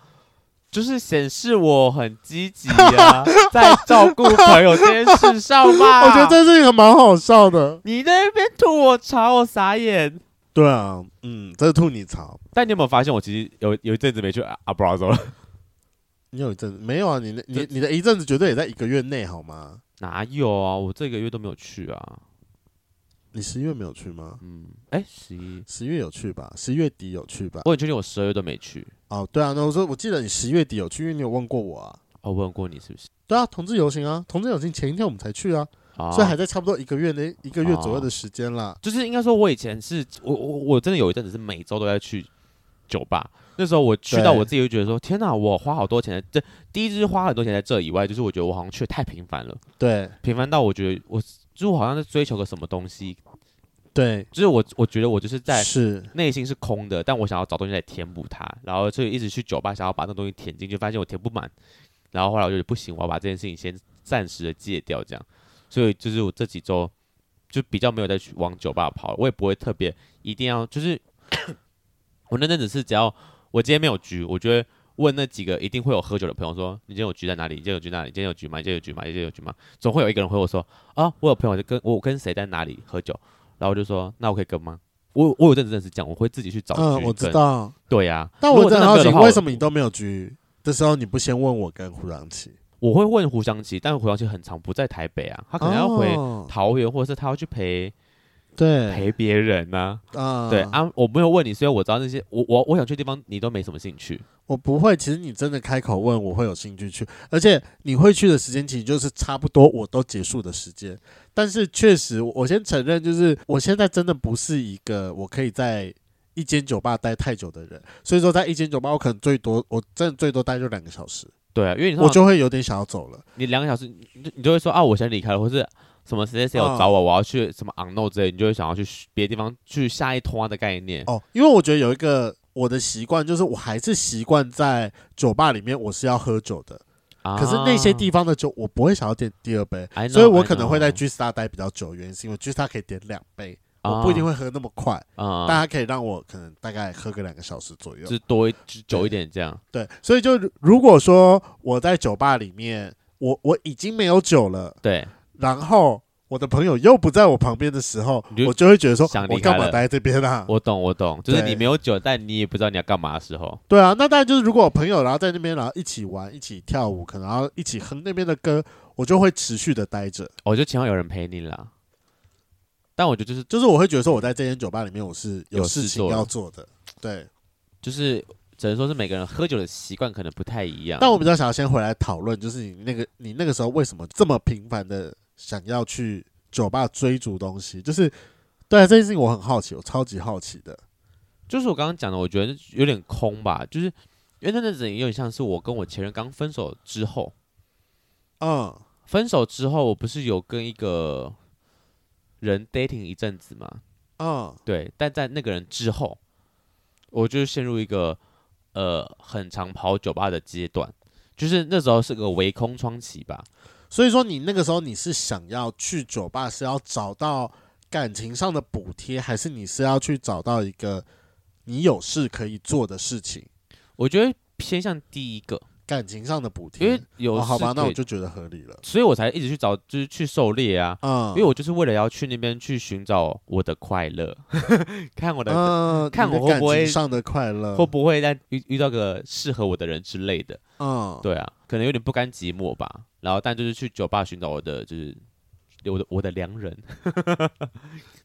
就是显示我很积极 呀、在照顾朋友这件事上嘛。我觉得这件事情还蛮好笑的。你在那边吐我槽，我傻眼。对啊，嗯，这是吐你槽。但你有没有发现，我其实有有一阵子没去阿阿布拉州了？你有一阵子没有啊？你的你你的一阵子绝对也在一个月内好吗？哪有啊？我这个月都没有去啊。你十一月没有去吗？嗯，哎、十一，十一月有去吧？十一月底有去吧？我很确定我十二月都没去。哦，对啊，那我说我记得你十一月底有去，因为你有问过我啊。哦，问过你是不是？对啊，同志游行啊，同志游行前一天我们才去啊，啊，所以还在差不多一个月内一个哦月左右的时间啦。就是应该说，我以前是我我我真的有一阵子是每周都在去酒吧。那时候我去到对我自己就觉得说，天哪，我花好多钱在这。第一就是花很多钱在这以外，就是我觉得我好像去得太频繁了，对频繁到我觉得我就是我好像在追求个什么东西，对，就是我我觉得我就 是在是，内心是空的，但我想要找东西来填补它，然后所以一直去酒吧想要把那东西填进去，发现我填不满，然后后来我就觉得不行，我要把这件事情先暂时的戒掉，这样，所以就是我这几周就比较没有再去往酒吧跑，我也不会特别一定要，就是 我那阵子是只要我今天没有局，我就会问那几个一定会有喝酒的朋友说，你今天有局在哪里？你今天有局在哪里？你今天有局吗？你今天有局吗？你今天有局吗？总会有一个人回我说，啊，我有朋友就跟我跟谁在哪里喝酒，然后我就说，那我可以跟吗？我我有阵子真的是这样，我会自己去找嗯，局我知跟道。对呀、但如我果真真的的好没有奇，的话为什么你都没有去？的时候你不先问我跟胡朗琪？我会问胡湘琪，但胡湘琪很长不在台北啊，他可能要回哦桃园，或者是他要去陪对陪别人呐、啊对啊，我没有问你，所以我知道那些我我我想去的地方你都没什么兴趣。我不会，其实你真的开口问，我会有兴趣去，而且你会去的时间其实就是差不多我都结束的时间。但是确实，我先承认，就是我现在真的不是一个我可以在一间酒吧待太久的人，所以说在一间酒吧，我可能最多我真的最多待就两个小时，对、啊，因为你我通常就会有点想要走了。你两个小时，你就你就会说啊，我先离开了，或是什么谁谁谁嗯有找我，我要去什么 on no 之类，你就会想要去别的地方去下一通啊的概念。哦，因为我觉得有一个我的习惯，就是我还是习惯在酒吧里面我是要喝酒的，啊哦可是那些地方的酒我不会想要点第二杯 I，know，所以我可能会 I 在 know G Star 待比较久，原因是因为 G Star 可以点两杯，啊我不一定会喝那么快，啊，但它可以让我可能大概喝个两个小时左右就。是多一就久一点这样。对，所以就如如果说我在酒吧里面，我我已经没有酒了，对，然后我的朋友又不在我旁边的时候你，就我就会觉得说想，离我干开嘛了待在这边啊？我懂我懂，就是对你没有酒，但你也不知道你要干嘛的时候。对啊，那当然就是如果有朋友，然后在那边，然后一起玩、一起跳舞，可能然后一起哼那边的歌，我就会持续的待着。我哦就希望有人陪你啦。但我觉得就是就是我会觉得说，我在这间酒吧里面，我是有有事事情做要了做的。对，就是，只能说是每个人喝酒的习惯可能不太一样。但我比较想要先回来讨论，就是你那个你那个时候为什么这么频繁的想要去酒吧追逐东西？就是对啊，这件事情我很好奇，我超级好奇的。就是我刚刚讲的，我觉得有点空吧，就是因为那阵子也有点像是我跟我前任刚分手之后，嗯，分手之后我不是有跟一个人 dating 一阵子嘛，嗯，对，但在那个人之后，我就陷入一个呃很常跑酒吧的阶段，就是那时候是个围空窗期吧，所以说你那个时候你是想要去酒吧，是要找到感情上的补贴，还是你是要去找到一个你有事可以做的事情？我觉得偏向第一个，感情上的补因为贴。有哦好吧事，那可我以就觉得合理了。所以我才一直去找，就是去狩猎啊，嗯，因为我就是为了要去那边去寻找我的快乐， 看我的、嗯，看你的我会不会感情上的快乐，会不会在遇遇到个适合我的人之类的。嗯，对啊，可能有点不甘寂寞吧。然后，但就是去酒吧寻找我的，就是我的我的良人。这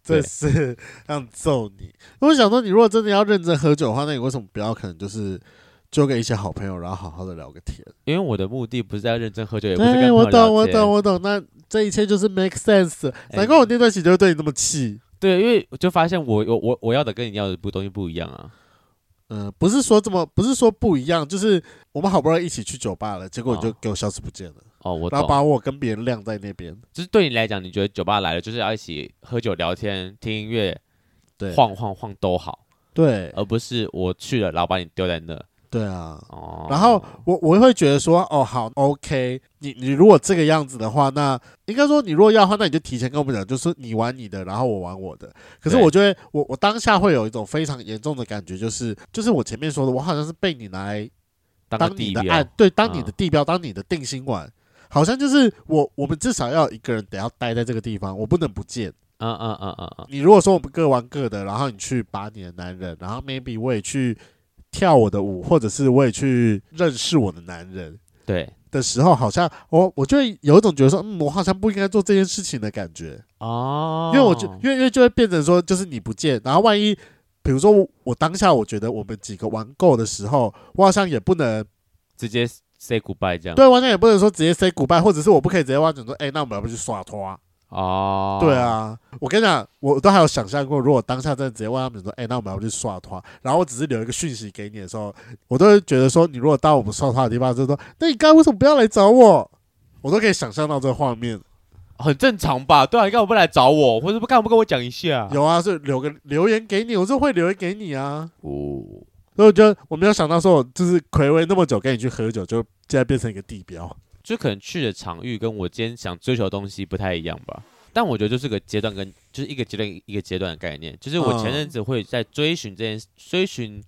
对是想揍你。我想说，你如果真的要认真喝酒的话，那你为什么不要可能就是交给一些好朋友，然后好好的聊个天？因为我的目的不是在认真喝酒，也不是跟朋对，友我懂，聊我天懂，。我懂。那这一切就是 make sense。难怪我那段时间会对你那么气。对，因为我就发现我我我我要的跟你要的不东西不一样啊。嗯，不是说这么，不是说不一样，就是我们好不容易一起去酒吧了，结果你就哦给我消失不见了，哦，我然懂后，把我跟别人晾在那边。就是对你来讲，你觉得酒吧来了就是要一起喝酒、聊天、听音乐、对，晃晃晃都好，对，而不是我去了，然后把你丢在那。对啊。哦，然后我我会觉得说，哦，好，OK，你你如果这个样子的话，那应该说你如果要的话，那你就提前跟我们讲，就是你玩你的，然后我玩我的。可是对我就会，我我当下会有一种非常严重的感觉，就是就是我前面说的，我好像是被你拿来当个当你地的标按，对，当你嗯的地标，当你的定心丸，好像就是我我们至少要有一个人得要待在这个地方，我不能不见。嗯嗯嗯嗯嗯，你如果说我们各玩各的，然后你去把你的男人，然后 maybe 我也去跳我的舞，或者是我也去认识我的男人对。的时候，好像哦我我就会有一种觉得说，嗯，我好像不应该做这件事情的感觉，哦因，为我就因为因为就会变成说，就是你不见，然后万一比如说我我当下我觉得我们几个玩够的时候，我好像也不能直接 say goodbye 这样。对，我好像也不能说直接 say goodbye，或者是我不可以直接挖讲说，哎、那我们要不要去耍拖、啊？哦，对，啊，我跟你讲，我都还有想象过，如果当下真的直接问他们说，哎、那我们要不要去刷团？然后我只是留一个讯息给你的时候，我都会觉得说，你如果到我们刷团的地方，就说，那你刚刚为什么不要来找我？我都可以想象到这个画面。很正常吧？对啊，你干嘛不来找我，或者不干嘛不跟我讲一下？有啊，是留个留言给你，我就会留言给你啊。哦，所以我就我没有想到说，我就是暌违那么久跟你去喝酒，就竟然变成一个地标。就可能去的场域跟我今天想追求的东西不太一样吧。但我觉得就是个阶段跟就是一个阶段一个阶段的概念，就是我前嗯阵子会在追寻这件追寻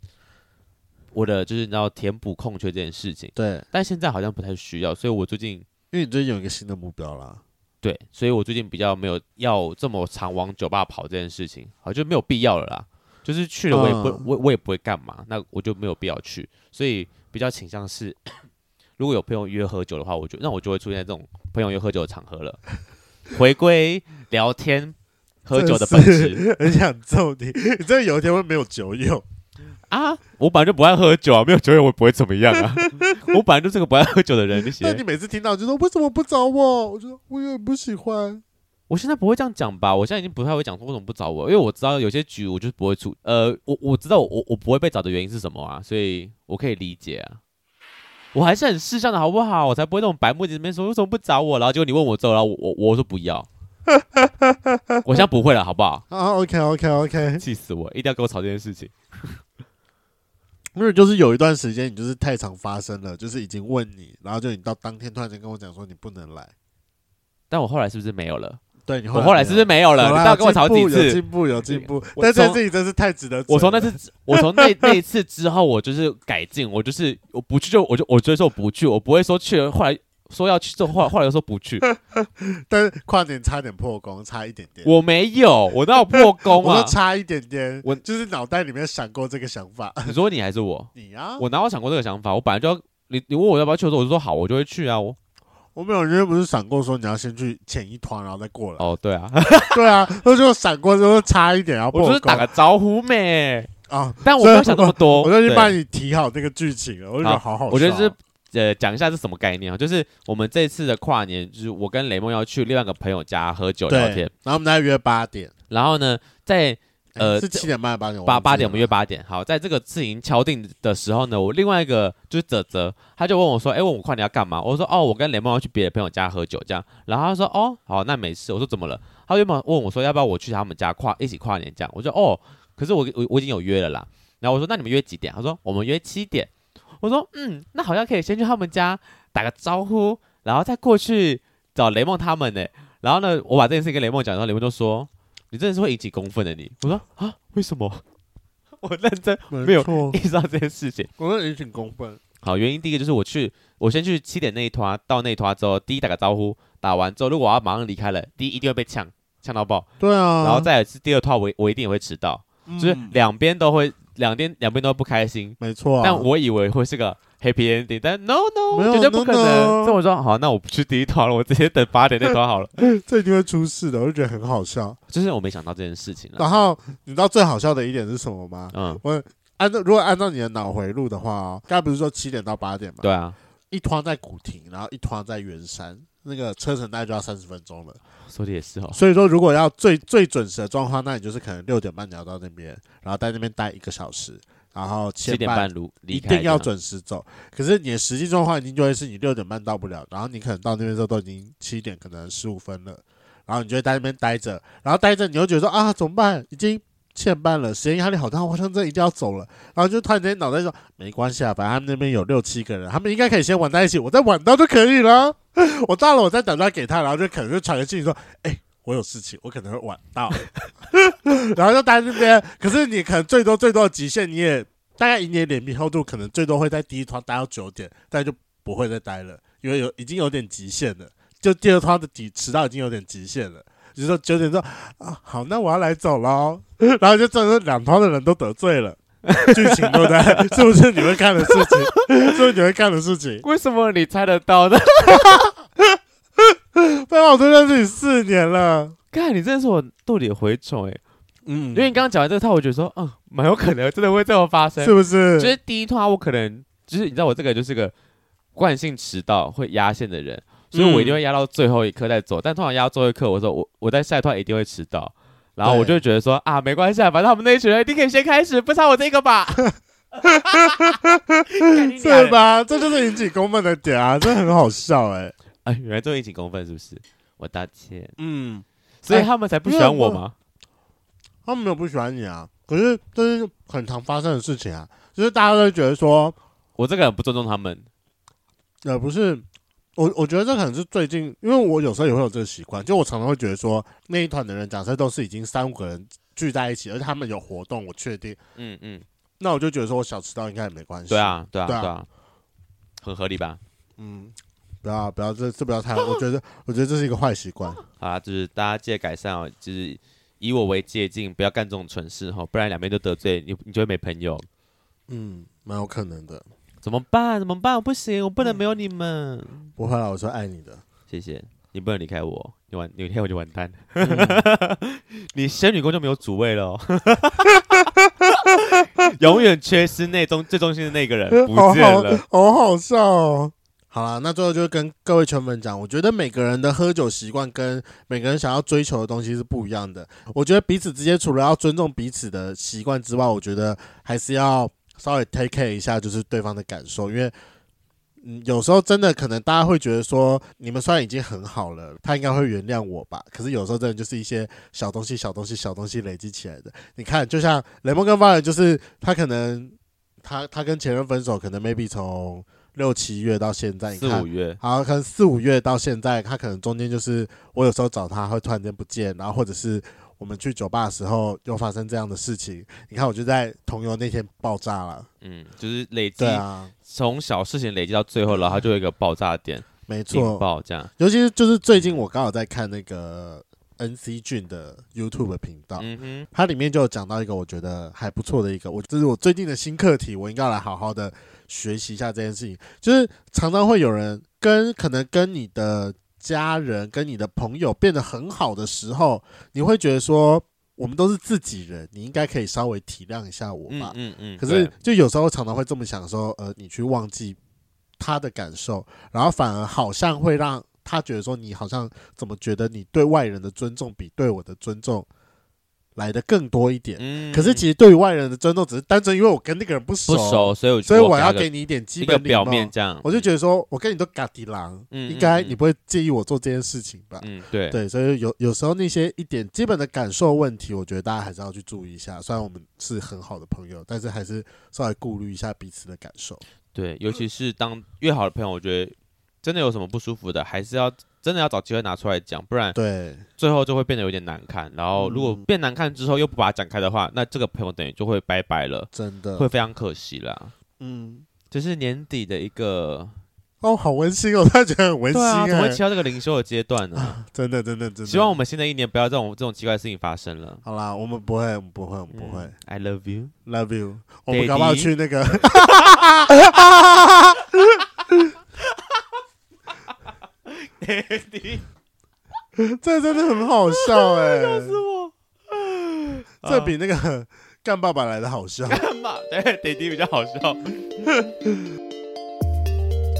我的就是你知道填补空缺这件事情，对，但现在好像不太需要，所以我最近因为你最近有一个新的目标 啦。对，所以我最近比较没有要这么常往酒吧跑这件事情，好就没有必要了啦。就是去了我也不、嗯我我也不会干嘛，那我就没有必要去，所以比较倾向是， 如果有朋友约喝酒的话，我就那我就会出现在这种朋友约喝酒的场合了，回归聊天喝酒的本质质，很想揍你。你真的有一天会没有酒友，啊！我本来就不爱喝酒啊，没有酒友我也不会怎么样啊， 我本来就是个不爱喝酒的人，你那写你每次听到就说为什么不找我？我就说我也不喜欢。我现在不会这样讲吧？我现在已经不太会讲说为什么不找我，因为我知道有些局我就是不会出。呃，我我知道我我不会被找的原因是什么啊，所以我可以理解啊。我还是很识相的好不好？我才不会那种白目在那边说为什么不找我，然后结果你问我之后，然后我我我说不要。 我现在不会了，好不好？啊，OK OK OK，气死我！一定要跟我吵这件事情。因为就是有一段时间你就是太常发生了，就是已经问你，然后就你到当天突然间跟我讲说你不能来，但我后来是不是没有了？对你我后来是不是没有有啦了？你到底跟我吵几有进次？步有进步，有进步我但这从自己真是太值得嘴了。 我从那次，我从那那一次之后，我就是改进，我就是我不去就我就我就说我不去，我不会说去了，后来说要去，之后后来后来又说 不去，但是跨年差点破功，差一点点。我没有，我哪有破功我啊说？差一点点，我我就是脑袋里面闪过这个想法。 你说你还是我？你啊，我我哪有想过这个想法？我本来就要你你问我要不要去的时候，我就说好，我就会去啊。我我没有，因为不是闪过说你要先去前一团，然后再过来。哦对啊，对啊，我就闪过之后差一点要我破就是打功个招呼 咩，啊。但我没有想那么多。 我就已经对帮你提好那个剧情了，我就觉得好好笑。我觉得是呃，讲一下是什么概念啊？就是我们这次的跨年，就是我跟雷梦要去另外一个朋友家喝酒聊对天，，然后我们再约八点，然后呢，在哎呃是这七点半还是八点？八忘记八点了我们约八点。好，在这个事情敲定的时候呢，我另外一个就是泽泽，他就问我说：“哎、问我跨年要干嘛？”我说：“哦，我跟雷梦要去别的朋友家喝酒这样。”然后他说：“哦，好，那没事。”我说：“怎么了？”他原本问我说：“要不要我去他们家跨一起跨年这样？”我说：“哦，可是我我我已经有约了啦。”然后我说：“那你们约几点？”他说：“我们约七点。”我说：“嗯，那好像可以先去他们家打个招呼，然后再过去找雷梦他们呢。”然后呢，我把这件事跟雷梦讲，然后雷梦就说：“你真的是会引起公愤的你。”我说：“ 啊，为什么？”我认真没有错意，识到这件事情。我说你挺公分，好，原因第一个就是我去，我先去七点那一团，到那一团之后，第一打个招呼，打完之后，如果我要马上离开了，第一一定会被呛，呛到爆，对啊，然后再有是第二团，我我一定也会迟到，就是嗯两边都会，两边两边都不开心，没错啊，但我以为会是个 happy ending，但 no 没 no，有啊绝对不可 no, 能。 no 所以我说好，那我不去第一团了，我直接等八点那团好了。 这一定会出事的，我就觉得很好笑。就是我没想到这件事情 了。然后你知道最好笑的一点是什么吗？嗯，我按照如果按照你的脑回路的话哦，刚才不是说七点到八点吗？对，啊，一团在古亭，然后一团在圆山，那个车程大概就要三十分钟了。说的 也是哦。所以说，如果要最最准时的状况，那你就是可能六点半你要到那边，然后在那边待一个小时，然后七七点半如离一开，定要。准时走。可是你的实际状况一定就会是你六点半到不了，然后你可能到那边之后都已经七点，可能十五分了，然后你就会在那边待着，然后待着你又觉得说啊怎么办，已经欠班了，时间压力好大，我好像真的一定要走了。然后就突然间脑袋说没关系啊，反正他们那边有六七个人，他们应该可以先玩在一起，我再晚到就可以了。 我到了我再打电话给他，然后就可能就传个信息说，哎、我有事情，我可能会晚到，然后就待在那边。可是你可能最多最多的极限，你也大概以你的脸皮厚度，可能最多会在第一团待到九点，但就不会再待了，因为有已经有点极限了。就第二团的底迟到已经有点极限了，就是说九点钟啊，好，那我要来走喽。 然后就这是两团的人都得罪了，剧情对不对？ 是不是你会干的事情？是不是你会干的事情？为什么你猜得到呢？对啊，我都认识你四年了，看，你真的是我肚里的蛔虫哎！嗯因为你刚刚讲完这个套，我觉得说，嗯，蛮有可能真的会这么发生是。不是？ 就是第一套，我可能就是你知道，我这个就是个惯性迟到会压线的人，所以我一嗯定会压到最后一刻再走。但通常压到最后一刻，我说我我在下一趟一定会迟到，然后我就会觉得说啊，没关系，啊，反正他们那一群人一定可以先开始，不差我这 个吧。是？吧？这就是引起公愤的点啊，这很好笑哎、啊，原来这么引起公愤是不是？我道歉，嗯，所以他们才不喜欢我吗？他们没有不喜欢你啊，可是这是很常发生的事情啊，就是大家都会觉得说，我这个很不尊重他们。呃，不是，我我觉得这可能是最近，因为我有时候也会有这个习惯，就我常常会觉得说，那一团的人假设都是已经三五个人聚在一起，而且他们有活动，我确定，嗯嗯，那我就觉得说我小迟到应该也没关系，对，啊，对啊，对对啊啊，很合理吧？嗯，不要不要，这这不要太，我觉得我觉得这是一个坏习惯，好啦，就是大家记得改善哦，就是以我为借鉴，不要干这种蠢事哈、不然两边都得罪你，你就会没朋友。嗯，蛮有可能的，怎么办？怎么办？我不行，我不能没有你们。不会啦，啊我说爱你的，谢谢你，不能离开我，你完，有一天我就完蛋。嗯你仙女宫就没有主位了、哦， 永远缺失内中最中心的那个人 不见了。好好笑哦。好啦，那最后就跟各位圈粉讲，我觉得每个人的喝酒习惯跟每个人想要追求的东西是不一样的。我觉得彼此之间除了要尊重彼此的习惯之外，我觉得还是要稍微 take care 一下，就是对方的感受，因为。嗯，有时候真的可能大家会觉得说，你们虽然已经很好了，他应该会原谅我吧。可是有时候真的就是一些小东西、小东西、小东西累积起来的。你看，就像雷蒙跟巴尔，就是他可能他他跟前任分手，可能 maybe 从六七月到现在，你四看五月，好，可能四五月到现在，他可能中间就是我有时候找他会突然间不见，然后或者是我们去酒吧的时候又发生这样的事情。你看，我就在同游那天爆炸了。嗯，就是累积对啊，从、小事情累积到最后，然后它就有一个爆炸点，没引错，爆这样。尤其是就是最近我刚好在看那个 NC 俊的 YouTube 频道，嗯哼，它里面就有讲到一个我觉得还不错的一个，我这是我最近的新课题，我应该要来好好的学习一下这件事情。就是常常会有人跟可能跟你的家人、跟你的朋友变得很好的时候，你会觉得说我们都是自己人，你应该可以稍微体谅一下我吧嗯。嗯嗯。可是对就有时候常常会这么想说，呃，你去忘记他的感受，然后反而好像会让他觉得说你好像怎么觉得你对外人的尊重比对我的尊重来的更多一点。嗯可是其实对于外人的尊重，只是单纯因为我跟那个人不熟，不熟，所以我所以我给他要个给你一点基一个本礼貌表面，这样，我就觉得说我跟你都嘎迪郎，嗯应该嗯嗯你不会介意我做这件事情吧？嗯，对，对，所以有有时候那些一点基本的感受问题，我觉得大家还是要去注意一下。虽然我们是很好的朋友，但是还是稍微顾虑一下彼此的感 受。对，尤其是当越好的朋友，我觉得真的有什么不舒服的，还是要真的要找机会拿出来讲，不然对，最后就会变得有点难看。然后如果嗯变难看之后又不嗯把它讲开的话，那这个朋友等于就会拜拜了，真的会，非常可惜啦。嗯，就是年底的一个，哦，好温馨哦，他觉得很温馨对啊，怎么会哎、切到这个灵修的阶段呢？ 真的真的真的。希望我们新的一年不要这种这种奇怪的事情发生了。好啦，我们不会，我们不会，我们不会。嗯，I love you。 Love you，我 Daddy 们搞不好去那 个， 这真的很好笑哎、 我这比那个 干爸爸来的好笑。 干嘛？ 对，弟弟比较好笑。